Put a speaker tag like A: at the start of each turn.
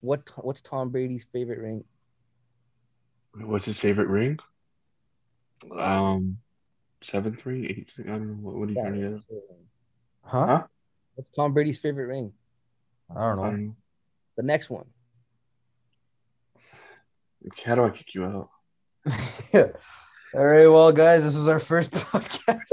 A: What what's Tom Brady's favorite ring?
B: What's his favorite ring? Um, seven three eight. I don't know. What, what are you
A: Yeah,
B: trying to get? at?
A: what's his ring?
C: Huh?
B: Huh?
A: What's Tom Brady's favorite ring?
C: I don't know.
B: Um,
A: The next one.
B: how do I kick you out?
C: All right, well, guys, this was our first podcast.